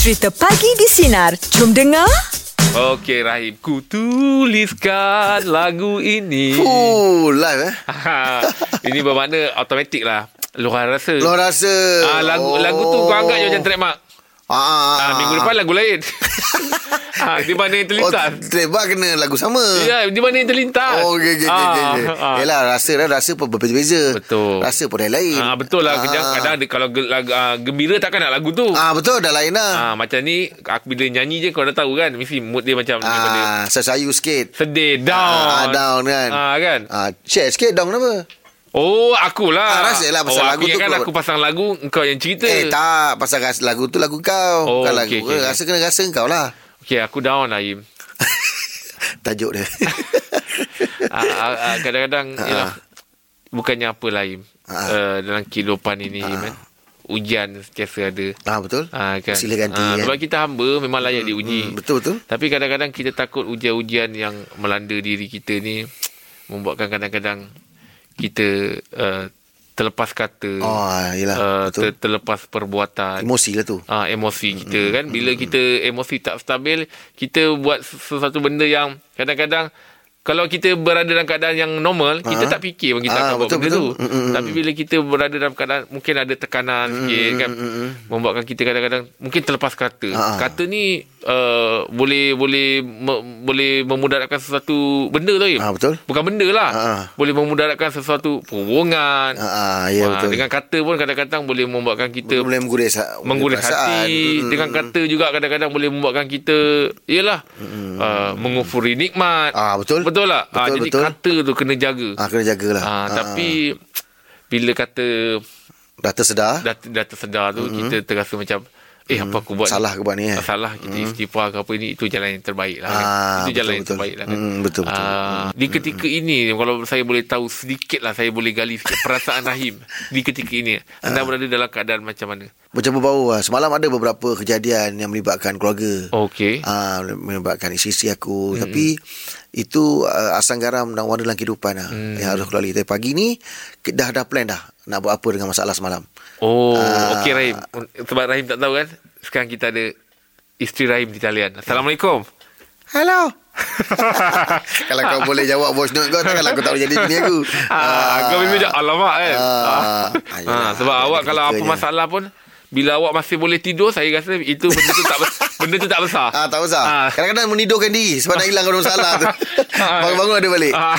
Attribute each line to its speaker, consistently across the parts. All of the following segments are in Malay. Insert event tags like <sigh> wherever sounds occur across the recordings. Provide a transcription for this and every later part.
Speaker 1: Cerita pagi di Sinar. Jom dengar.
Speaker 2: Okey Rahim, ku tuliskan lagu ini.
Speaker 3: Fuh, live eh.
Speaker 2: Ha, ini bermakna automatik lah. Luar rasa.
Speaker 3: Lo rasa.
Speaker 2: Ah, lagu oh. lagu tu kau anggap je macam trademark.
Speaker 3: Ah, ah,
Speaker 2: Ah, minggu depan lagu
Speaker 3: <laughs>
Speaker 2: lain. ha, di mana yang
Speaker 3: Oh,
Speaker 2: terlintas?
Speaker 3: trademark kena lagu sama.
Speaker 2: Ya, di mana yang terlintas?
Speaker 3: Oh, okey, okey, okey, okey.
Speaker 2: Ah, ah.
Speaker 3: Yelah, rasa dan rasa pun berbeza-beza.
Speaker 2: Betul.
Speaker 3: Rasa pun lain-lain.
Speaker 2: Ah, betul lah. Kadang, kadang ada- kalau ge- lagu, ah, gembira takkan nak lagu tu.
Speaker 3: Ah, betul, dah lain lah.
Speaker 2: Ah, macam ni, aku bila nyanyi je kau dah tahu kan. Mesti mood dia macam ni. benda.
Speaker 3: Ah, sesayu sikit.
Speaker 2: Sedih, down.
Speaker 3: Ah, down kan.
Speaker 2: Oh. Ah, kan?
Speaker 3: Ah, share sikit down kenapa?
Speaker 2: Oh, akulah.
Speaker 3: Ah, rasalah pasal
Speaker 2: oh,
Speaker 3: lagu
Speaker 2: aku
Speaker 3: tu
Speaker 2: ingatkan
Speaker 3: keluar.
Speaker 2: aku pasang lagu, kau yang cerita.
Speaker 3: Eh, tak. Pasal ras- lagu tu lagu kau.
Speaker 2: Oh,
Speaker 3: Bukan
Speaker 2: okey,
Speaker 3: lagu.
Speaker 2: okey,
Speaker 3: Rasa kena rasa kau lah.
Speaker 2: Okey, aku down lah, Im.
Speaker 3: Tajuk dia.
Speaker 2: <laughs>
Speaker 3: <laughs>
Speaker 2: Ah, ah, ah, Kadang-kadang,
Speaker 3: Ah.
Speaker 2: yelah, bukannya apa lah, Im.
Speaker 3: Ah.
Speaker 2: Uh, dalam kehidupan ini, Im, kan. Ujian sentiasa ada.
Speaker 3: ah, betul.
Speaker 2: Ah, kan?
Speaker 3: Sila ganti.
Speaker 2: Ah,
Speaker 3: kan?
Speaker 2: Sebab kita hamba, memang layak diuji.
Speaker 3: Hmm, betul, betul.
Speaker 2: Tapi kadang-kadang kita takut ujian-ujian yang melanda diri kita ni membuatkan kadang-kadang kita uh, terlepas kata.
Speaker 3: Oh, yelah.
Speaker 2: uh,
Speaker 3: betul.
Speaker 2: Hmm. ter- terlepas perbuatan.
Speaker 3: Emosi lah tu.
Speaker 2: Ah emosi kita kan bila kita emosi tak stabil kita buat sesuatu benda yang kadang-kadang kalau kita berada dalam keadaan yang normal kita
Speaker 3: Ah.
Speaker 2: tak fikir pun kita
Speaker 3: Ah,
Speaker 2: akan buat
Speaker 3: betul,
Speaker 2: benda
Speaker 3: betul.
Speaker 2: tu
Speaker 3: Mm, mm, mm.
Speaker 2: tapi bila kita berada dalam keadaan mungkin ada tekanan sikit kan membuatkan kita kadang-kadang mungkin terlepas kata
Speaker 3: Ah.
Speaker 2: kata ni uh, boleh boleh me, boleh memudaratkan sesuatu benda tu Im.
Speaker 3: Ah, betul.
Speaker 2: bukan benda lah
Speaker 3: Ah.
Speaker 2: boleh memudaratkan sesuatu perhubungan
Speaker 3: Ah, ah, ya
Speaker 2: Ah,
Speaker 3: betul.
Speaker 2: dengan kata pun kadang-kadang boleh membuatkan kita
Speaker 3: boleh mengguris ha-
Speaker 2: mengguris
Speaker 3: perasaan. Hmm,
Speaker 2: hati
Speaker 3: Mm-mm.
Speaker 2: dengan kata juga kadang-kadang boleh membuatkan kita ialah uh, mengufuri nikmat
Speaker 3: Ah, betul.
Speaker 2: betul tak Ah,
Speaker 3: Betul,
Speaker 2: jadi
Speaker 3: betul.
Speaker 2: kata tu kena jaga
Speaker 3: ah kena jagalah.
Speaker 2: ah, tapi bila kata
Speaker 3: dah tersedar
Speaker 2: dah, dah tersedar tu kita terasa macam eh apa aku buat ni?
Speaker 3: salah ke buat ni eh.
Speaker 2: Tak salah kita mm. istighfar ke apa ni itu jalan yang terbaik lah kan.
Speaker 3: Ah,
Speaker 2: itu jalan
Speaker 3: betul,
Speaker 2: yang
Speaker 3: betul.
Speaker 2: terbaik lah kan.
Speaker 3: Mm, betul, betul.
Speaker 2: Ah, di ketika ini kalau saya boleh tahu sedikit lah saya boleh gali sikit perasaan Rahim di ketika ini
Speaker 3: Ah.
Speaker 2: anda berada dalam keadaan macam mana?
Speaker 3: Macam berbau lah. Semalam ada beberapa kejadian yang melibatkan keluarga.
Speaker 2: Okey. Hmm.
Speaker 3: Ah, melibatkan isteri aku. Tapi itu uh, asam garam dan warna dalam kehidupan lah
Speaker 2: Hmm.
Speaker 3: yang harus kelalui. Tapi pagi ni ke- dah dah plan dah nak buat apa dengan masalah semalam.
Speaker 2: Oh,
Speaker 3: Ah.
Speaker 2: okey Rahim. Sebab Rahim tak tahu kan, sekarang kita ada isteri Rahim di talian. Assalamualaikum.
Speaker 3: <laughs> Hello. Kalau kau boleh jawab voice note kau Takkanlah aku tak boleh jadi bini aku
Speaker 2: <laughs> Ah, kau memang dah alamak kan.
Speaker 3: Ah,
Speaker 2: Ah.
Speaker 3: ah,
Speaker 2: Ah,
Speaker 3: yelah,
Speaker 2: sebab
Speaker 3: ada
Speaker 2: awak kalau apa
Speaker 3: ketikanya.
Speaker 2: masalah pun bila awak masih boleh tidur, saya rasa itu benda tu tak
Speaker 3: <laughs>
Speaker 2: bes- benda tu tak besar.
Speaker 3: Ah tak usah.
Speaker 2: Ah.
Speaker 3: Kadang-kadang menidurkan diri sebab nak hilangkan masalah
Speaker 2: <laughs>
Speaker 3: tu.
Speaker 2: Ah.
Speaker 3: Bangun-bangun ada balik. <laughs>
Speaker 2: Ah.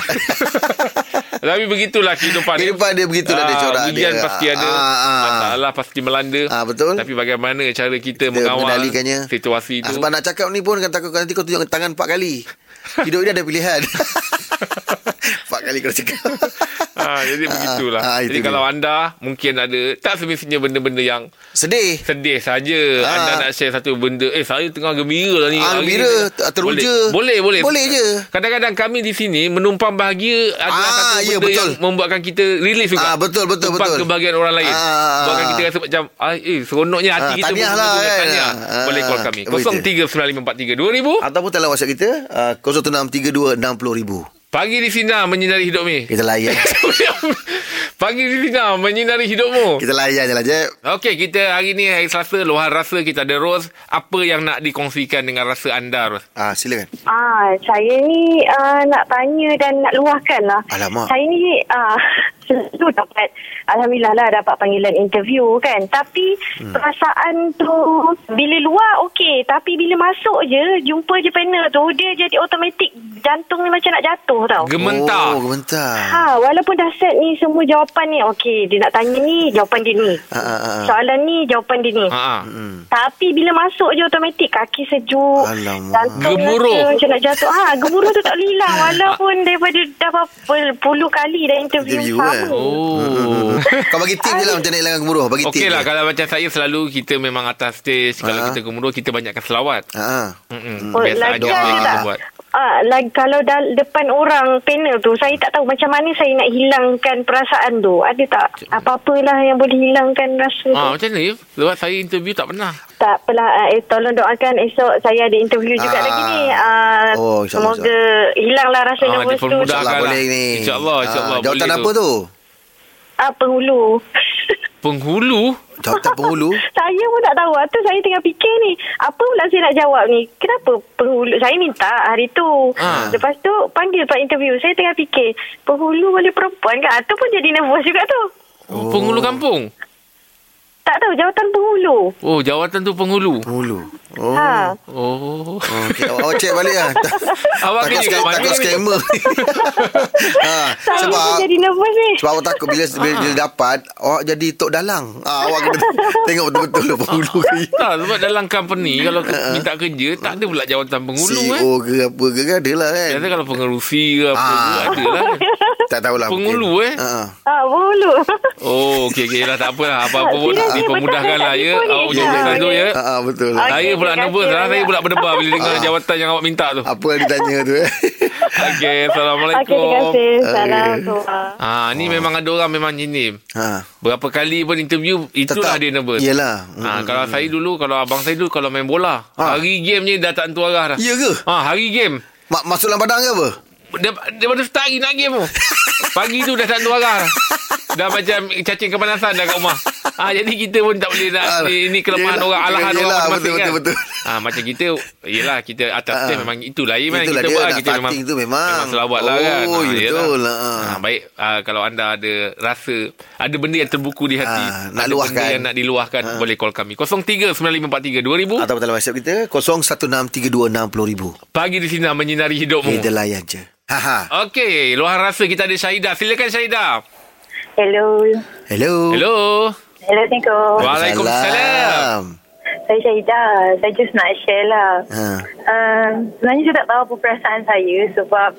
Speaker 2: Tapi begitulah kehidupan dia.
Speaker 3: Kehidupan dia begitulah dia,
Speaker 2: Ah,
Speaker 3: corak
Speaker 2: ujian
Speaker 3: dia.
Speaker 2: pasti ada
Speaker 3: Ah, ah.
Speaker 2: Masalah pasti melanda
Speaker 3: Ah, betul.
Speaker 2: Tapi bagaimana cara kita,
Speaker 3: Dia
Speaker 2: mengawal
Speaker 3: mengendalikannya.
Speaker 2: Situasi
Speaker 3: Ah,
Speaker 2: itu
Speaker 3: sebab nak cakap ni pun kan takut nanti kau tunjuk tangan empat kali. Hidup dia ada
Speaker 2: <laughs>
Speaker 3: pilihan. Empat kali kau cakap.
Speaker 2: ha, Jadi begitulah
Speaker 3: ah, itu
Speaker 2: Jadi
Speaker 3: dia.
Speaker 2: kalau anda Mungkin ada Tak semestinya benda-benda yang
Speaker 3: Sedih.
Speaker 2: Sedih saja
Speaker 3: Ah.
Speaker 2: Anda nak share satu benda Eh saya tengah gembira lah ni
Speaker 3: Ah,
Speaker 2: hari
Speaker 3: gembira,
Speaker 2: ni.
Speaker 3: ter- teruja.
Speaker 2: Boleh Boleh
Speaker 3: Boleh je.
Speaker 2: Kadang-kadang kami di sini Menumpang bahagia Adalah
Speaker 3: Ah,
Speaker 2: satu
Speaker 3: ya,
Speaker 2: benda
Speaker 3: betul.
Speaker 2: yang Membuatkan kita Relief juga
Speaker 3: Ah, betul, betul,
Speaker 2: Tumpang
Speaker 3: betul.
Speaker 2: kebahagiaan orang lain
Speaker 3: Ah.
Speaker 2: Buatkan kita rasa macam ah, Eh seronoknya hati
Speaker 3: Ah,
Speaker 2: kita
Speaker 3: tahniah lah,
Speaker 2: berbunga-bunga.
Speaker 3: kan?
Speaker 2: Tahniah.
Speaker 3: Ah.
Speaker 2: Boleh call kami
Speaker 3: Boleh Ah. tu.
Speaker 2: 0395432000
Speaker 3: Ataupun telah WhatsApp kita uh, 0163260000.
Speaker 2: Pagi di sini Menyinari hidup ni
Speaker 3: Kita layan.
Speaker 2: <laughs> Pagi di sini Menyinari hidupmu
Speaker 3: kita layan je lah Jeb.
Speaker 2: Okey, kita hari ni hari Selasa, luar rasa kita ada Ros. Apa yang nak dikongsikan dengan rasa anda, Ros?
Speaker 3: Ah, silakan.
Speaker 4: Ah, saya ni uh, nak tanya dan nak luahkan lah.
Speaker 3: Alamak.
Speaker 4: Saya ni uh, <laughs> selalu dapat, Alhamdulillah lah dapat panggilan interview kan. Tapi hmm. perasaan tu bila luar okey. Tapi bila masuk je, jumpa je panel tu, dia jadi automatik jantung ni macam nak jatuh tau.
Speaker 2: Gementar.
Speaker 3: Oh, gementar.
Speaker 4: Ha, walaupun dah set ni semua jawapan ni okey, dia nak tanya ni, jawapan dia ni.
Speaker 3: Ah, ah, ah, ah.
Speaker 4: Soalan ni, jawapan dia ni.
Speaker 2: Ha. ha.
Speaker 3: Hmm.
Speaker 4: Tapi bila masuk je automatik kaki sejuk.
Speaker 3: Alamak.
Speaker 4: jantung
Speaker 2: Gemuruh.
Speaker 4: rasa Macam nak jatuh. Ha, gemuruh tu tak boleh hilang.
Speaker 3: <laughs>
Speaker 4: Walaupun daripada dah berapa puluh kali dah interview,
Speaker 3: Interview,
Speaker 4: sama.
Speaker 3: eh?
Speaker 2: Oh.
Speaker 3: <laughs> Kau bagi tip je lah macam nak hilangkan gemuruh. Bagi tip.
Speaker 2: Okey lah
Speaker 3: je.
Speaker 2: kalau macam saya selalu kita memang atas stage kalau
Speaker 3: Ha.
Speaker 2: kita gemuruh kita banyakkan selawat.
Speaker 3: Ah, ah.
Speaker 2: Mm-mm.
Speaker 4: Oh,
Speaker 2: Biasa aja
Speaker 4: lagi
Speaker 3: ada
Speaker 2: kita
Speaker 4: tak?
Speaker 2: buat.
Speaker 4: Ah, lagi kalau dah depan orang panel tu saya tak tahu macam mana saya nak hilangkan perasaan tu. Ada tak apa-apalah yang boleh hilangkan rasa
Speaker 2: Ah
Speaker 4: tu.
Speaker 2: macam ni lewat saya interview tak pernah.
Speaker 4: Tak apalah eh, tolong doakan esok saya ada interview juga
Speaker 3: Ah.
Speaker 4: lagi ni. Ah,
Speaker 3: Oh, insyaAllah,
Speaker 4: semoga hilanglah rasa
Speaker 2: Ah,
Speaker 4: nervous tu.
Speaker 2: dipermudahkan.
Speaker 3: InsyaAllah
Speaker 2: Takkan lah.
Speaker 3: boleh ni. Ha,
Speaker 2: InsyaAllah, insyaAllah
Speaker 3: Jawatan
Speaker 2: boleh
Speaker 3: apa
Speaker 4: <laughs>
Speaker 2: tu.
Speaker 3: tu?
Speaker 4: Ah, penghulu.
Speaker 2: Penghulu
Speaker 3: Jawatan penghulu?
Speaker 4: saya pun tak tahu. Tu saya tengah fikir ni. Apa pula saya nak jawab ni? Kenapa penghulu? Saya minta hari tu.
Speaker 2: Ah.
Speaker 4: Lepas tu panggil pak interview. Saya tengah fikir. Penghulu boleh perempuan kan? Tu pun jadi nervous juga tu.
Speaker 2: Oh. Penghulu kampung.
Speaker 4: Tak tahu jawatan penghulu.
Speaker 2: Oh, jawatan tu penghulu.
Speaker 3: Penghulu. Oh.
Speaker 4: Ha.
Speaker 2: Oh.
Speaker 3: Oh, okay. awak, awak check balik lah. Tak,
Speaker 2: Awak
Speaker 3: takut,
Speaker 2: kena kat
Speaker 3: ska-
Speaker 2: mana
Speaker 3: takut
Speaker 2: ni?
Speaker 3: scammer. <laughs> ha,
Speaker 4: Saya
Speaker 3: sebab
Speaker 4: pun jadi nervous ni.
Speaker 3: sebab awak takut bila, bila, bila dapat awak jadi tok dalang. Ha, awak kena <laughs> tengok betul-betul lah penghulu ni.
Speaker 2: Tak, sebab dalam company kalau
Speaker 3: Ha,
Speaker 2: ke- minta kerja, tak ada pula jawatan penghulu eh.
Speaker 3: CEO ke apa ke kan ada lah kan.
Speaker 2: Biasanya kalau pengerusi ke apa
Speaker 3: Ah.
Speaker 2: ah. ada lah. kan.
Speaker 3: Tak tahulah. mungkin.
Speaker 2: Penghulu, eh?
Speaker 3: Ha.
Speaker 4: Ha, penghulu.
Speaker 2: Oh, okey, okey. Lah, tak apalah. Apa-apa pun
Speaker 4: Serius ni,
Speaker 2: dipermudahkan
Speaker 4: betul
Speaker 2: lah
Speaker 4: ke
Speaker 2: ya.
Speaker 4: tak telefon ni?
Speaker 2: Awak punya
Speaker 4: Ya,
Speaker 2: urusan tu
Speaker 4: boleh.
Speaker 2: ya.
Speaker 3: Ha, ha, betul.
Speaker 4: Ah,
Speaker 2: Saya
Speaker 4: Okey,
Speaker 2: pula
Speaker 4: terima
Speaker 2: nervous
Speaker 4: kasih
Speaker 2: lah. Saya
Speaker 4: banyak.
Speaker 2: pula berdebar bila dengar
Speaker 3: Ah.
Speaker 2: jawatan yang awak minta tu.
Speaker 3: Apa yang ditanya tu
Speaker 2: <laughs>
Speaker 3: eh.
Speaker 2: Okey,
Speaker 4: <laughs> Okey,
Speaker 2: Assalamualaikum.
Speaker 4: terima kasih.
Speaker 3: Hai.
Speaker 4: Assalamualaikum.
Speaker 2: Ah, ni memang ada orang memang jenim.
Speaker 3: Ha.
Speaker 2: Berapa kali pun interview Itulah
Speaker 3: Tetap.
Speaker 2: dia nervous
Speaker 3: Yelah.
Speaker 2: ha,
Speaker 3: Mm.
Speaker 2: Kalau saya dulu Kalau abang saya dulu Kalau main bola
Speaker 3: Ha.
Speaker 2: Hari game ni Dah tak tentu arah dah
Speaker 3: Ya ke?
Speaker 2: ha, Hari game
Speaker 3: Mak masuk dalam padang ke apa?
Speaker 2: Dar- Daripada start hari nak game tu Pagi tu dah tak tentu arah dah. Dah macam Cacing kepanasan dah kat rumah ha, Jadi kita pun tak boleh nak
Speaker 3: Ah,
Speaker 2: Ini, ini kelemahan
Speaker 3: yelah,
Speaker 2: orang Alahan
Speaker 3: yelah,
Speaker 2: orang masing-masing
Speaker 3: betul,
Speaker 2: kan
Speaker 3: betul, betul.
Speaker 2: Ha, Macam kita Yelah kita atas
Speaker 3: Ah.
Speaker 2: ha. Memang itulah Iman
Speaker 3: Itulah
Speaker 2: kita
Speaker 3: dia,
Speaker 2: buat
Speaker 3: nak
Speaker 2: Kita memang
Speaker 3: starting tu memang.
Speaker 2: Memang selawat lah
Speaker 3: Oh,
Speaker 2: kan Ah,
Speaker 3: betul
Speaker 2: yelah.
Speaker 3: lah, ah.
Speaker 2: Ah, Baik ah, Kalau anda ada rasa Ada benda yang terbuku di hati
Speaker 3: Ah, nak
Speaker 2: Ada
Speaker 3: luahkan. Ah.
Speaker 2: benda yang nak diluahkan Boleh call kami 03-9543-2000
Speaker 3: Atau dalam WhatsApp kita 0163260000.
Speaker 2: Pagi di sini menyinari hidupmu
Speaker 3: Kita layan je. Ha ha.
Speaker 2: Okey, luahan rasa kita ada Syahidah. Silakan Syahidah.
Speaker 4: Hello.
Speaker 3: Hello.
Speaker 2: Hello.
Speaker 4: Hello, Assalamualaikum.
Speaker 2: Waalaikumsalam.
Speaker 4: Saya Syahidah. Saya just nak share lah.
Speaker 3: Ha.
Speaker 4: Um, sebenarnya saya tak tahu apa perasaan saya sebab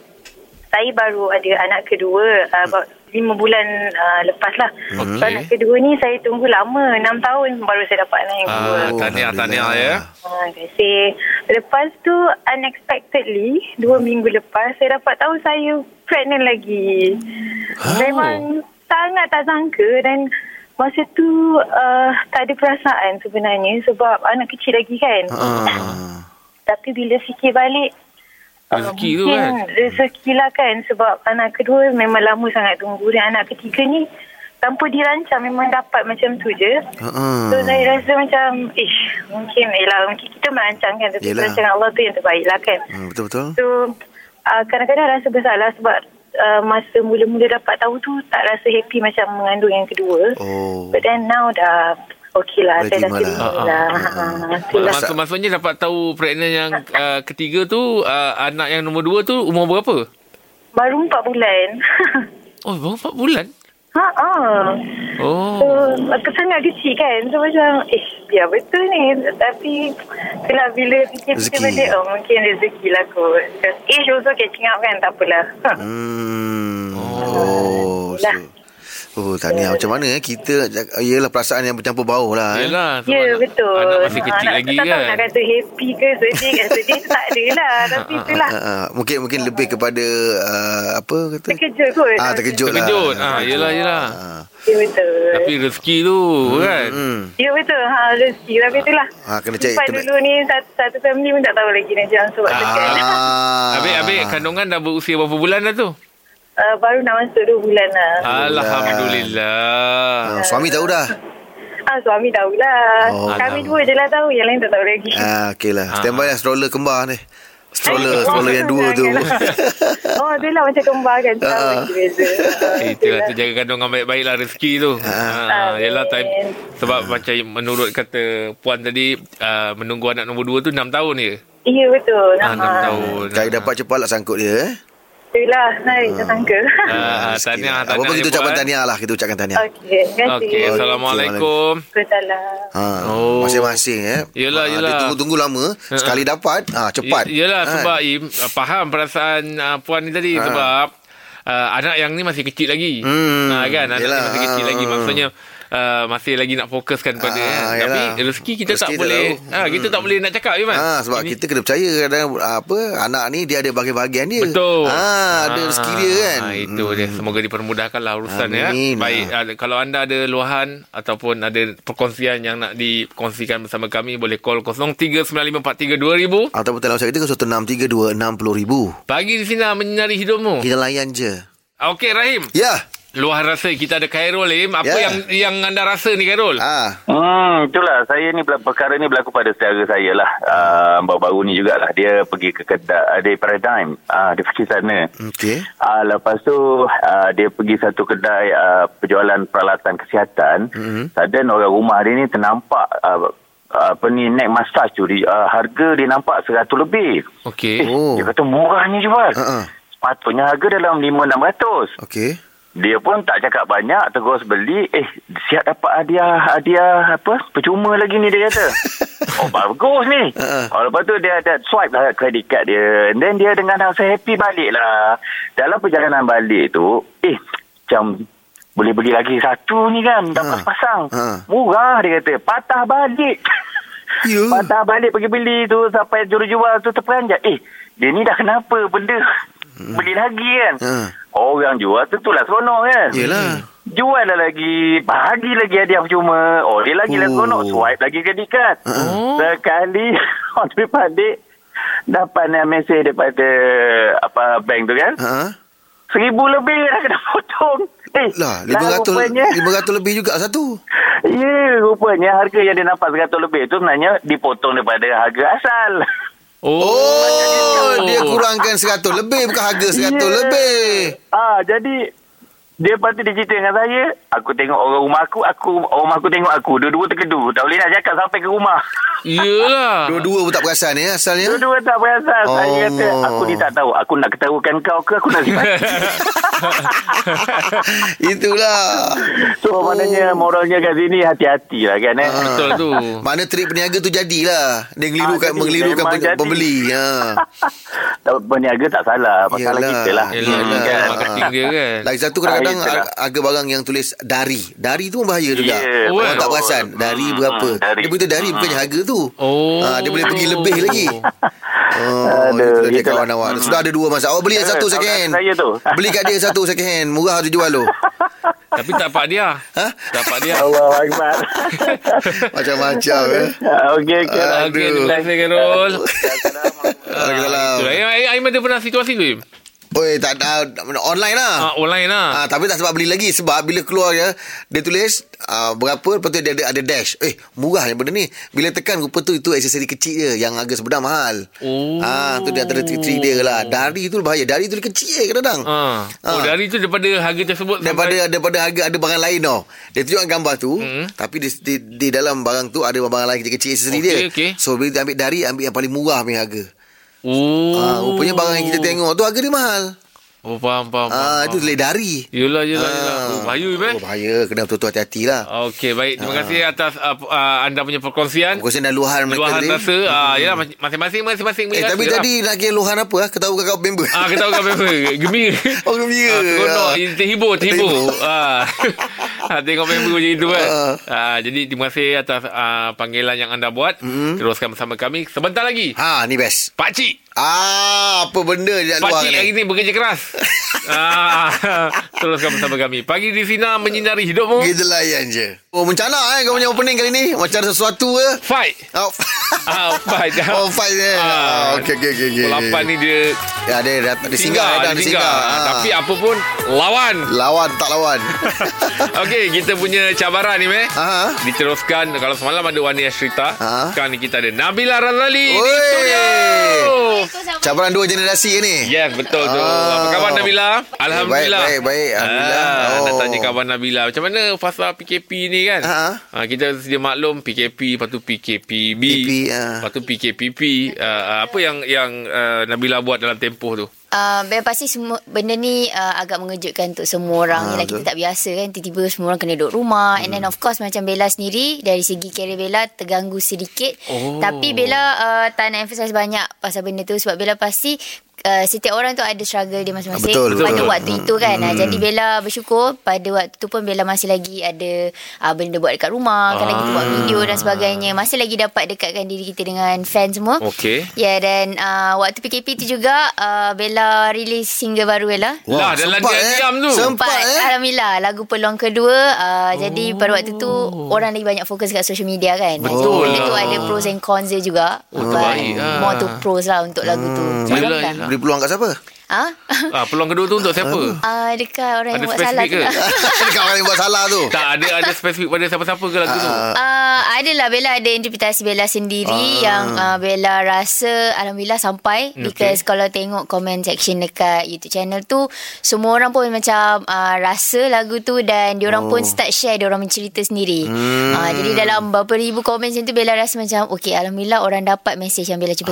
Speaker 4: saya baru ada anak kedua uh, about lima bulan uh, lepas lah.
Speaker 2: Okey.
Speaker 4: So, anak kedua ni saya tunggu lama. Enam tahun baru saya dapat anak yang kedua.
Speaker 2: Ah, tahniah,
Speaker 3: Alhamdulillah.
Speaker 2: tahniah ya.
Speaker 4: Ah, terima kasih. Lepas tu, unexpectedly, dua minggu lepas, saya dapat tahu saya pregnant lagi.
Speaker 2: Oh.
Speaker 4: Memang sangat tak sangka dan masa tu uh, tak ada perasaan sebenarnya sebab anak kecil lagi kan.
Speaker 3: Ha.
Speaker 2: Ah.
Speaker 4: Tapi bila fikir balik, ah,
Speaker 2: Rezeki tu
Speaker 4: mungkin
Speaker 2: kan.
Speaker 4: Rezeki lah kan sebab anak kedua memang lama sangat tunggu dan anak ketiga ni tanpa dirancang memang dapat macam tu je.
Speaker 3: Ha.
Speaker 4: So saya rasa macam Ish Mungkin Yelah mungkin kita merancangkan Tapi
Speaker 3: Yelah.
Speaker 4: yelah. rancangan Allah tu yang terbaik lah kan
Speaker 3: Hmm, Betul-betul.
Speaker 4: So uh, Kadang-kadang rasa bersalah Sebab uh, Masa mula-mula dapat tahu tu Tak rasa happy Macam mengandung yang kedua
Speaker 3: Oh.
Speaker 4: But then now dah Okay
Speaker 3: Dah
Speaker 4: lah Saya dah
Speaker 3: terima
Speaker 4: terima
Speaker 3: lah.
Speaker 4: lah, lah. Ha, tu lah.
Speaker 2: Maksud, maksudnya dapat tahu pregnant yang uh, ketiga tu uh, anak yang nombor dua tu umur berapa?
Speaker 4: Baru 4 bulan <laughs>
Speaker 2: Oh, baru 4 bulan.
Speaker 4: Ha ah. So,
Speaker 2: Oh.
Speaker 4: aku sangat kecil kan So macam Eh biar betul ni Tapi Bila bila
Speaker 3: Rezeki.
Speaker 4: fikir-fikir balik Oh mungkin rezeki lah kot Because age also catching up kan Tak apalah <laughs>
Speaker 3: Hmm. Oh. So.
Speaker 4: Dah.
Speaker 3: Oh, tahniah macam mana eh kita ialah perasaan yang bercampur bau lah. Eh?
Speaker 2: Yelah. sebab
Speaker 4: Ya yeah,
Speaker 2: anak-
Speaker 4: betul
Speaker 2: Anak masih
Speaker 4: Ha,
Speaker 2: kecil
Speaker 4: nak-
Speaker 2: lagi
Speaker 4: tak
Speaker 2: kan.
Speaker 4: tahu nak kata happy ke Sedih ke sedih Tak ada lah Tapi itulah
Speaker 3: Ha, ha. mungkin mungkin lebih kepada uh, apa kata?
Speaker 4: Terkejut kot
Speaker 3: Ah, terkejut lah.
Speaker 2: Terkejut. Ah, yelah, yelah.
Speaker 3: Ah.
Speaker 4: Ya betul
Speaker 2: Tapi rezeki tu kan.
Speaker 3: Hmm.
Speaker 4: Ya betul ha, Rezeki Tapi itulah
Speaker 3: Ha, kena cari-
Speaker 4: Sebab
Speaker 3: kena-
Speaker 4: dulu ni satu, satu family pun tak tahu lagi Nak jalan sebab ah. kan
Speaker 3: Ah.
Speaker 2: Habis, habis kandungan dah berusia berapa bulan dah tu?
Speaker 4: uh, Baru nak masuk 2 bulan lah
Speaker 2: Ah. Alhamdulillah.
Speaker 3: Ah, suami tahu dah.
Speaker 4: Ah suami tahulah.
Speaker 3: Oh.
Speaker 4: Oh, Kami
Speaker 2: Alam.
Speaker 4: dua je lah tahu. Yang lain tak tahu lagi.
Speaker 3: Ah, okey lah. Standby lah stroller kembar ni. Stroller,
Speaker 4: Eh,
Speaker 3: stroller
Speaker 4: oh,
Speaker 3: yang dua tu.
Speaker 4: janganlah.
Speaker 3: <laughs>
Speaker 4: oh, tu lah macam kembar kan. Tahu
Speaker 3: Ah.
Speaker 4: lagi beza. Ah,
Speaker 2: Eh,
Speaker 4: tu
Speaker 2: Itulah
Speaker 4: lah.
Speaker 2: tu jaga kandungan baik-baik lah rezeki tu. Ha,
Speaker 4: Amin.
Speaker 2: yalah time sebab macam menurut kata puan tadi uh, menunggu anak nombor dua tu 6 tahun je.
Speaker 4: Ya, betul.
Speaker 2: Ha,
Speaker 3: Ah,
Speaker 2: 6 tahun.
Speaker 3: Cari dapat cepat lah sangkut dia eh.
Speaker 4: Itulah. Hai, tak sangka.
Speaker 2: Ah,
Speaker 3: rezeki
Speaker 2: tahniah,
Speaker 3: lah. Apa
Speaker 2: tahniah
Speaker 3: pun kita
Speaker 2: dia
Speaker 3: ucapkan
Speaker 2: buat.
Speaker 3: tahniah lah. Kita ucapkan tahniah.
Speaker 4: <laughs> Okey, terima kasih.
Speaker 2: Okey, assalamualaikum.
Speaker 4: Waalaikumsalam.
Speaker 3: Ha,
Speaker 2: Oh.
Speaker 3: masing-masing eh.
Speaker 2: Yelah,
Speaker 3: Ah,
Speaker 2: yelah.
Speaker 3: Dia tunggu-tunggu lama. Sekali dapat, ah cepat.
Speaker 2: Y- Yelah
Speaker 3: Ah.
Speaker 2: sebab Im, uh, faham perasaan uh, puan ni tadi
Speaker 3: Ha.
Speaker 2: sebab uh, anak yang ni masih kecil lagi.
Speaker 3: Hmm,
Speaker 2: Ha, kan anak
Speaker 3: yelah.
Speaker 2: ni masih kecil lagi
Speaker 3: Ha.
Speaker 2: maksudnya uh, masih lagi nak fokuskan pada
Speaker 3: Ha,
Speaker 2: kan.
Speaker 3: yelah.
Speaker 2: Tapi rezeki kita
Speaker 3: Rezeki
Speaker 2: tak
Speaker 3: tak
Speaker 2: boleh
Speaker 3: tahu.
Speaker 2: ha, kita tak boleh nak cakap Iman.
Speaker 3: Ha, sebab
Speaker 2: Ini-
Speaker 3: kita kena percaya kadang apa anak ni dia ada bahagian-bahagian dia.
Speaker 2: Betul.
Speaker 3: Ha, ada
Speaker 2: Ah,
Speaker 3: rezeki dia kan.
Speaker 2: ah, Itu hmm. dia. Semoga dipermudahkanlah urusan ya.
Speaker 3: Amin.
Speaker 2: Baik, ah, kalau anda ada luahan ataupun ada perkongsian yang nak dikongsikan bersama kami boleh call 0395432000.
Speaker 3: Hmm. Ataupun dalam saya kita ke 1632 60000. Ya.
Speaker 2: Pagi di sini lah, menyinari hidupmu.
Speaker 3: Kita layan je.
Speaker 2: Okey Rahim.
Speaker 3: Ya.
Speaker 2: Luar rasa kita ada Khairul Lim. Apa
Speaker 3: Ya.
Speaker 2: yang yang anda rasa ni Khairul?
Speaker 3: Ah,
Speaker 5: Hmm, itulah. Saya ni bela- perkara ni berlaku pada saudara saya lah. Uh, baru-baru ni jugalah. Dia pergi ke kedai, ada Paradigm. Uh, dia pergi sana.
Speaker 3: okey.
Speaker 5: Ah, lepas tu ah, dia pergi satu kedai ah, penjualan peralatan kesihatan.
Speaker 3: Hmm.
Speaker 5: Mm-hmm. Sudden orang rumah dia ni ternampak ah, apa ni neck massage tu di, ah, harga dia nampak 100 lebih.
Speaker 2: Okey.
Speaker 5: Eh,
Speaker 3: Oh.
Speaker 5: dia kata murah ni jual.
Speaker 3: Ha-ha.
Speaker 5: Sepatutnya harga dalam 5 600.
Speaker 3: Okey.
Speaker 5: Dia pun tak cakap banyak terus beli eh siap dapat hadiah hadiah apa percuma lagi ni dia kata.
Speaker 3: <laughs>
Speaker 5: oh bagus ni.
Speaker 3: Ha-ha.
Speaker 5: Oh, lepas tu dia ada swipe lah credit card dia. And then dia dengan rasa happy balik lah. Dalam perjalanan balik tu eh macam boleh beli lagi satu ni kan
Speaker 3: Ha.
Speaker 5: dapat sepasang.
Speaker 3: Ha.
Speaker 5: Murah dia kata. Patah balik. <laughs>
Speaker 3: Ya.
Speaker 5: Patah balik pergi beli tu sampai jurujual tu terperanjat. Eh, dia ni dah kenapa benda? Beli lagi kan?
Speaker 3: Ha.
Speaker 5: Orang jual tu itulah seronok kan?
Speaker 3: Yelah.
Speaker 5: Jual lah lagi, bagi lagi hadiah percuma. Oh, dia lagi lah
Speaker 3: Oh.
Speaker 5: seronok. Swipe lagi credit card.
Speaker 3: Uh-uh.
Speaker 5: Sekali, <laughs> orang tu balik, dapat ni mesej daripada apa bank tu kan?
Speaker 3: Ha.
Speaker 5: Seribu lebih dah kena potong. Eh,
Speaker 3: Lah, 500
Speaker 5: rupanya-
Speaker 3: 500 lebih juga satu.
Speaker 5: Ya, yeah, rupanya harga yang dia nampak 100 lebih tu sebenarnya dipotong daripada harga asal.
Speaker 2: Oh,
Speaker 3: Oh, dia kurangkan 100 lebih bukan harga 100
Speaker 5: Ya.
Speaker 3: lebih.
Speaker 5: Ah, jadi dia pasti dia cerita dengan saya, aku tengok orang rumah aku, aku orang rumah aku tengok aku, dua-dua terkedu. Tak boleh nak cakap sampai ke rumah.
Speaker 2: Yelah.
Speaker 3: <laughs> Dua-dua pun tak perasan ya Oh. asalnya.
Speaker 5: Dua-dua tak perasan. Saya kata,
Speaker 3: Allah.
Speaker 5: aku ni tak tahu, aku nak ketahukan kau ke aku nak
Speaker 3: <laughs>
Speaker 5: simpan.
Speaker 3: <laughs> Itulah.
Speaker 5: so, maknanya moralnya kat sini hati-hatilah kan
Speaker 3: Oh.
Speaker 5: eh.
Speaker 3: Ah.
Speaker 2: Betul tu.
Speaker 3: Mana trik peniaga tu jadilah. Dia ngelirukan
Speaker 5: Ah, jadi
Speaker 3: mengelirukan
Speaker 5: memang
Speaker 3: pen-
Speaker 5: jadi.
Speaker 3: pembeli. Ha.
Speaker 5: Tak Berniaga tak salah, pasal
Speaker 3: Yelah.
Speaker 5: kita lah.
Speaker 2: Yelah,
Speaker 5: Hmm,
Speaker 2: yelah. Marketing Eh, dia kan.
Speaker 3: <laughs> Lagi satu kadang-kadang
Speaker 5: Ah, ya,
Speaker 3: har- harga barang yang tulis dari. Dari tu pun bahaya juga.
Speaker 5: Ya,
Speaker 3: Orang
Speaker 2: betul.
Speaker 3: tak perasan dari
Speaker 5: Hmm,
Speaker 3: berapa.
Speaker 5: hmm, dari.
Speaker 3: Dia beritahu dari bukannya harga tu.
Speaker 2: Oh.
Speaker 3: Ah, dia boleh pergi lebih lagi.
Speaker 2: <laughs>
Speaker 3: Oh,
Speaker 5: Aduh,
Speaker 3: Aduh, dia
Speaker 5: itulah.
Speaker 3: kawan awak.
Speaker 5: Hmm.
Speaker 3: Sudah ada dua masa. Awak beli yang
Speaker 5: Ya,
Speaker 3: satu second
Speaker 5: kawan
Speaker 3: hand.
Speaker 5: saya tu. <laughs>
Speaker 3: Beli kat dia satu second hand. Murah tu jual tu.
Speaker 2: Tapi tak dapat dia.
Speaker 3: Ha?
Speaker 2: Tak dapat
Speaker 3: <laughs>
Speaker 2: dia.
Speaker 5: Allah Akbar.
Speaker 3: Macam-macam.
Speaker 5: <laughs>
Speaker 3: Eh.
Speaker 5: Okey, okey.
Speaker 2: Okey, terima kasih Khairul.
Speaker 3: Waalaikumsalam.
Speaker 2: Itulah. Eh, eh, Aiman dia pernah situasi tu, Im?
Speaker 3: Oi, tak ada online lah.
Speaker 2: Ah, online lah.
Speaker 3: Ah, tapi tak sebab beli lagi sebab bila keluar ya dia tulis ah, berapa lepas tu dia ada ada dash. Eh, murahnya benda ni. Bila tekan rupa tu itu aksesori kecil je yang harga sebenar mahal.
Speaker 2: Oh.
Speaker 3: Ah, tu dia antara trik-trik dia lah. Dari tu bahaya. Dari tu dia kecil je kadang-kadang.
Speaker 2: Ah. Oh,
Speaker 3: Ah.
Speaker 2: dari tu daripada harga tersebut
Speaker 3: daripada daripada harga ada barang lain tau. Dia tunjukkan gambar tu hmm. tapi di, di, di dalam barang tu ada barang lain kecil-kecil aksesori
Speaker 2: Okey,
Speaker 3: dia.
Speaker 2: okey.
Speaker 3: So bila kita ambil dari ambil yang paling murah punya harga.
Speaker 2: sampai- Oh.
Speaker 3: Ah, rupanya barang yang kita tengok tu harga dia mahal.
Speaker 2: Oh, faham, faham.
Speaker 3: Ah,
Speaker 2: faham,
Speaker 3: itu
Speaker 2: faham.
Speaker 3: tulis dari.
Speaker 2: Yelah, yelah, yelah. Oh, bahaya, Im, eh?
Speaker 3: Ah. Oh, bahaya. Kena betul-betul lah. hati-hatilah.
Speaker 2: Okey, baik. Terima kasih atas uh, uh, anda punya perkongsian.
Speaker 3: Kau dan luahan mereka
Speaker 2: Luahan
Speaker 3: tadi.
Speaker 2: rasa. Ah, ya, masing-masing masing-masing punya
Speaker 3: Eh
Speaker 2: rasa
Speaker 3: tapi
Speaker 2: lah.
Speaker 3: tadi nak kira luahan apa ah? Ketahu kakak member.
Speaker 2: Ah, kita tahu kan member Gembira
Speaker 3: <laughs> Oh, gembira.
Speaker 2: ah, Seronok
Speaker 3: Ah.
Speaker 2: ah. Terhibur Terhibur
Speaker 3: Terhibur.
Speaker 2: ah. <laughs> ah, Tengok member macam itu kan
Speaker 3: Ah.
Speaker 2: ah, Jadi terima kasih Atas ah, panggilan yang anda buat
Speaker 3: Hmm.
Speaker 2: mm. Teruskan bersama kami Sebentar lagi
Speaker 3: <laughs> Ha ni best.
Speaker 2: Pakcik
Speaker 3: Ah apa benda dia nak luar
Speaker 2: Pakcik hari
Speaker 3: ni?
Speaker 2: ni bekerja
Speaker 3: <laughs>
Speaker 2: keras ah, Teruskan bersama kami Pagi di Sina Menyinari hidupmu
Speaker 3: Kita layan je. Oh bencana eh kau punya opening kali ni. Macam ada sesuatu ke?
Speaker 2: Fight
Speaker 3: Oh.
Speaker 2: Ah,
Speaker 3: <laughs>
Speaker 2: fight
Speaker 3: Oh fight je.
Speaker 2: Ah.
Speaker 3: Ah, okey okey okey. okey.
Speaker 2: Pukul 8 ni dia
Speaker 3: Ya dia dah dia singgah eh, dah dia
Speaker 2: singgah.
Speaker 3: singgah.
Speaker 2: Ah,
Speaker 3: Ah.
Speaker 2: Tapi apa pun Lawan
Speaker 3: <laughs> lawan tak
Speaker 2: <laughs>
Speaker 3: lawan.
Speaker 2: Okey, kita punya cabaran ni, meh.
Speaker 3: Ah.
Speaker 2: Diteruskan kalau semalam ada Wani Ashrita,
Speaker 3: Ah.
Speaker 2: sekarang ni kita ada Nabila Razali.
Speaker 3: Oi.
Speaker 2: Di studio.
Speaker 3: Cabaran dua generasi ni.
Speaker 2: Yes, betul tu.
Speaker 3: Ah.
Speaker 2: Apa khabar Nabila? Alhamdulillah.
Speaker 3: baik, baik. Alhamdulillah.
Speaker 2: Ah, Nak
Speaker 3: Oh.
Speaker 2: tanya khabar Nabila. Macam mana fasa PKP ni kan?
Speaker 3: Ah.
Speaker 2: Ah, kita sedia maklum PKP, lepas tu PKPB,
Speaker 3: PP, ah.
Speaker 2: lepas tu PKPP. Ah, apa yang yang ah, Nabila buat dalam tempoh tu?
Speaker 6: Uh, memang pasti semua benda ni uh, agak mengejutkan untuk semua orang.
Speaker 3: Ah,
Speaker 6: Yelah
Speaker 3: betul.
Speaker 6: kita tak biasa kan tiba-tiba semua orang kena duduk rumah and then of course macam Bella sendiri dari segi kerja Bella terganggu sedikit.
Speaker 2: Oh.
Speaker 6: Tapi Bella uh, tak nak emphasize banyak pasal benda tu sebab Bella pasti Uh, setiap orang tu ada struggle dia masing-masing
Speaker 3: Betul, betul,
Speaker 6: pada
Speaker 3: betul.
Speaker 6: waktu itu kan hmm. jadi Bella bersyukur pada waktu tu pun Bella masih lagi ada uh, benda buat dekat rumah kan lagi kita buat
Speaker 2: Ah.
Speaker 6: video dan sebagainya masih lagi dapat dekatkan diri kita dengan fans semua
Speaker 2: Okey.
Speaker 6: Ya yeah, dan uh, waktu PKP tu juga uh, Bella release single baru Bella.
Speaker 2: Lah, dalam
Speaker 3: sempat,
Speaker 2: diam-diam tu.
Speaker 3: Sempat eh.
Speaker 6: Alhamdulillah lagu peluang kedua uh, oh. jadi pada waktu tu orang lagi banyak fokus kat social media kan.
Speaker 2: Betul
Speaker 6: Jadi benda tu
Speaker 2: lah.
Speaker 6: ada pros and cons dia juga.
Speaker 2: Oh,
Speaker 6: But
Speaker 2: terbaik lah. Hmm.
Speaker 6: More to pros lah untuk lagu tu. kan?
Speaker 2: Yelah,
Speaker 6: Menyenangkan.
Speaker 2: yelah.
Speaker 3: Beri peluang kat siapa?
Speaker 6: Ah,
Speaker 2: Ah, peluang kedua tu untuk siapa?
Speaker 6: <laughs> ah dekat orang
Speaker 2: Ada
Speaker 6: yang buat salah
Speaker 2: spesifik
Speaker 6: tu.
Speaker 2: ke?
Speaker 6: <laughs> lah.
Speaker 3: Dekat orang yang buat salah tu.
Speaker 2: <laughs> tak ada ada spesifik pada siapa-siapa ke lagu
Speaker 3: Ah,
Speaker 2: tu?
Speaker 6: Uh, adalah Bella ada interpretasi Bella sendiri yang uh, Bella rasa alhamdulillah sampai
Speaker 2: Okay.
Speaker 6: because kalau tengok comment section dekat YouTube channel tu semua orang pun macam uh, rasa lagu tu dan
Speaker 3: Oh.
Speaker 6: diorang pun start share diorang mencerita sendiri. Hmm. Uh, jadi dalam berapa ribu komen macam tu Bella rasa macam okey alhamdulillah orang dapat mesej yang Bella cuba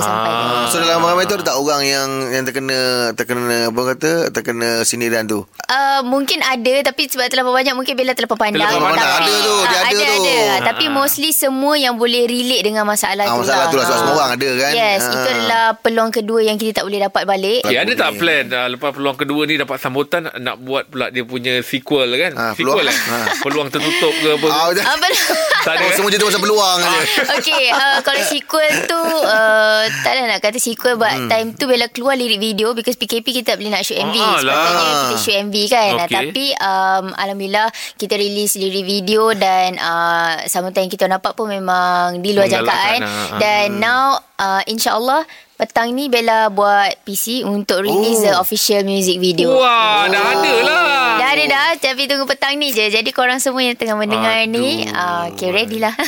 Speaker 2: Ah.
Speaker 6: sampaikan.
Speaker 3: So dalam ramai tu ada tak orang yang yang terkena terkena apa kata terkena sindiran tu.
Speaker 6: Uh, mungkin ada tapi sebab terlalu banyak mungkin Bella terlalu pandang.
Speaker 2: Terlampau pandang.
Speaker 6: Tapi-
Speaker 2: Ada tu,
Speaker 3: dia
Speaker 6: Ah,
Speaker 3: ada tu.
Speaker 6: ada. Tapi mostly semua yang boleh relate dengan masalah
Speaker 3: Ah,
Speaker 6: tu.
Speaker 3: masalah tu lah, sebab
Speaker 6: Ah.
Speaker 3: semua orang ada kan.
Speaker 6: Yes,
Speaker 3: Ah. Ya.
Speaker 6: itu adalah peluang kedua yang kita tak boleh dapat balik.
Speaker 2: Okay, Eh, ada
Speaker 3: Lagu
Speaker 2: tak
Speaker 3: ni.
Speaker 2: plan uh, lepas peluang kedua ni dapat sambutan nak buat pula dia punya sequel kan?
Speaker 3: Ah,
Speaker 2: sequel
Speaker 3: peluang-
Speaker 2: eh?
Speaker 3: <laughs> ah.
Speaker 2: Peluang tertutup ke apa?
Speaker 3: Ah, dah.
Speaker 2: tak
Speaker 3: <laughs>
Speaker 6: Apa?
Speaker 2: Oh, ada. Ah.
Speaker 3: Oh,
Speaker 2: eh?
Speaker 3: semua cerita pasal peluang aja.
Speaker 6: <laughs> Okay uh, Kalau sequel tu uh, Taklah nak kata sequel But hmm. time tu Bella keluar lirik video Because PKP kita tak boleh nak shoot MV
Speaker 2: Ah,
Speaker 6: ah, Sepatutnya
Speaker 3: lah.
Speaker 6: kita shoot MV kan okay.
Speaker 2: Okey.
Speaker 6: Tapi um, Alhamdulillah Kita release lirik video Dan uh, Sambutan yang kita nampak pun Memang di luar
Speaker 2: Menggalakkan,
Speaker 6: jangkaan
Speaker 2: ah.
Speaker 6: Dan now uh, InsyaAllah Petang ni Bella buat PC Untuk release
Speaker 3: Oh.
Speaker 6: the official music video Oh.
Speaker 2: Wah, dah ada lah.
Speaker 6: Dah ada dah Tapi tunggu petang ni je Jadi korang semua yang tengah mendengar ni uh, Okay ready lah <laughs>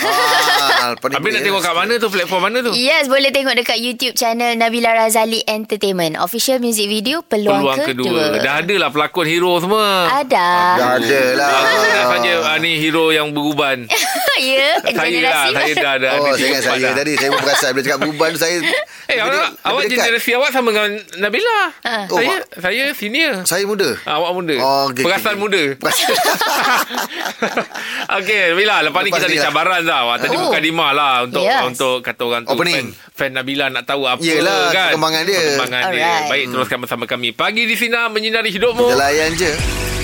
Speaker 3: Ah, pening
Speaker 2: Habis nak
Speaker 3: dia.
Speaker 2: tengok kat mana tu? Platform mana tu?
Speaker 6: Yes, boleh tengok dekat YouTube channel Nabila Razali Entertainment. Official music video Peluang,
Speaker 2: Peluang kedua.
Speaker 6: Kedua.
Speaker 2: Dah ada lah pelakon hero semua.
Speaker 6: Ada.
Speaker 3: Dah ada lah.
Speaker 2: Aku dah saja ah, ni hero yang beruban.
Speaker 6: <laughs> ya,
Speaker 2: saya dah,
Speaker 6: <laughs> generasi.
Speaker 2: saya dah dah.
Speaker 3: Oh,
Speaker 2: ada
Speaker 3: saya ingat
Speaker 2: kehidupan
Speaker 3: saya
Speaker 2: dah.
Speaker 3: tadi saya pun perasan bila cakap beruban tu saya
Speaker 2: Eh, awak,
Speaker 3: lebih dek-
Speaker 2: awak
Speaker 3: lebih dekat.
Speaker 2: generasi awak sama dengan Nabila.
Speaker 6: Ah.
Speaker 3: Oh,
Speaker 2: Saya,
Speaker 3: awak-
Speaker 2: saya senior.
Speaker 3: Saya muda.
Speaker 2: Ah, awak muda.
Speaker 3: Oh, okey,
Speaker 2: Perasan
Speaker 3: okey.
Speaker 2: muda.
Speaker 3: Perasan. <laughs>
Speaker 2: <laughs> Okey, Nabila, lepas ni
Speaker 3: Lepas
Speaker 2: kita
Speaker 3: ni
Speaker 2: ada
Speaker 3: lah.
Speaker 2: cabaran lah. Awak tadi
Speaker 6: Oh.
Speaker 2: mukadimah lah untuk
Speaker 6: Yes.
Speaker 2: untuk kata orang tu
Speaker 3: Opening.
Speaker 2: fan, fan Nabila nak tahu apa
Speaker 3: Yelah,
Speaker 2: kan.
Speaker 3: perkembangan dia.
Speaker 2: Perkembangan dia.
Speaker 6: Alright.
Speaker 2: Baik, teruskan bersama kami. Pagi di Sinar menyinari hidupmu.
Speaker 3: Kita layan je.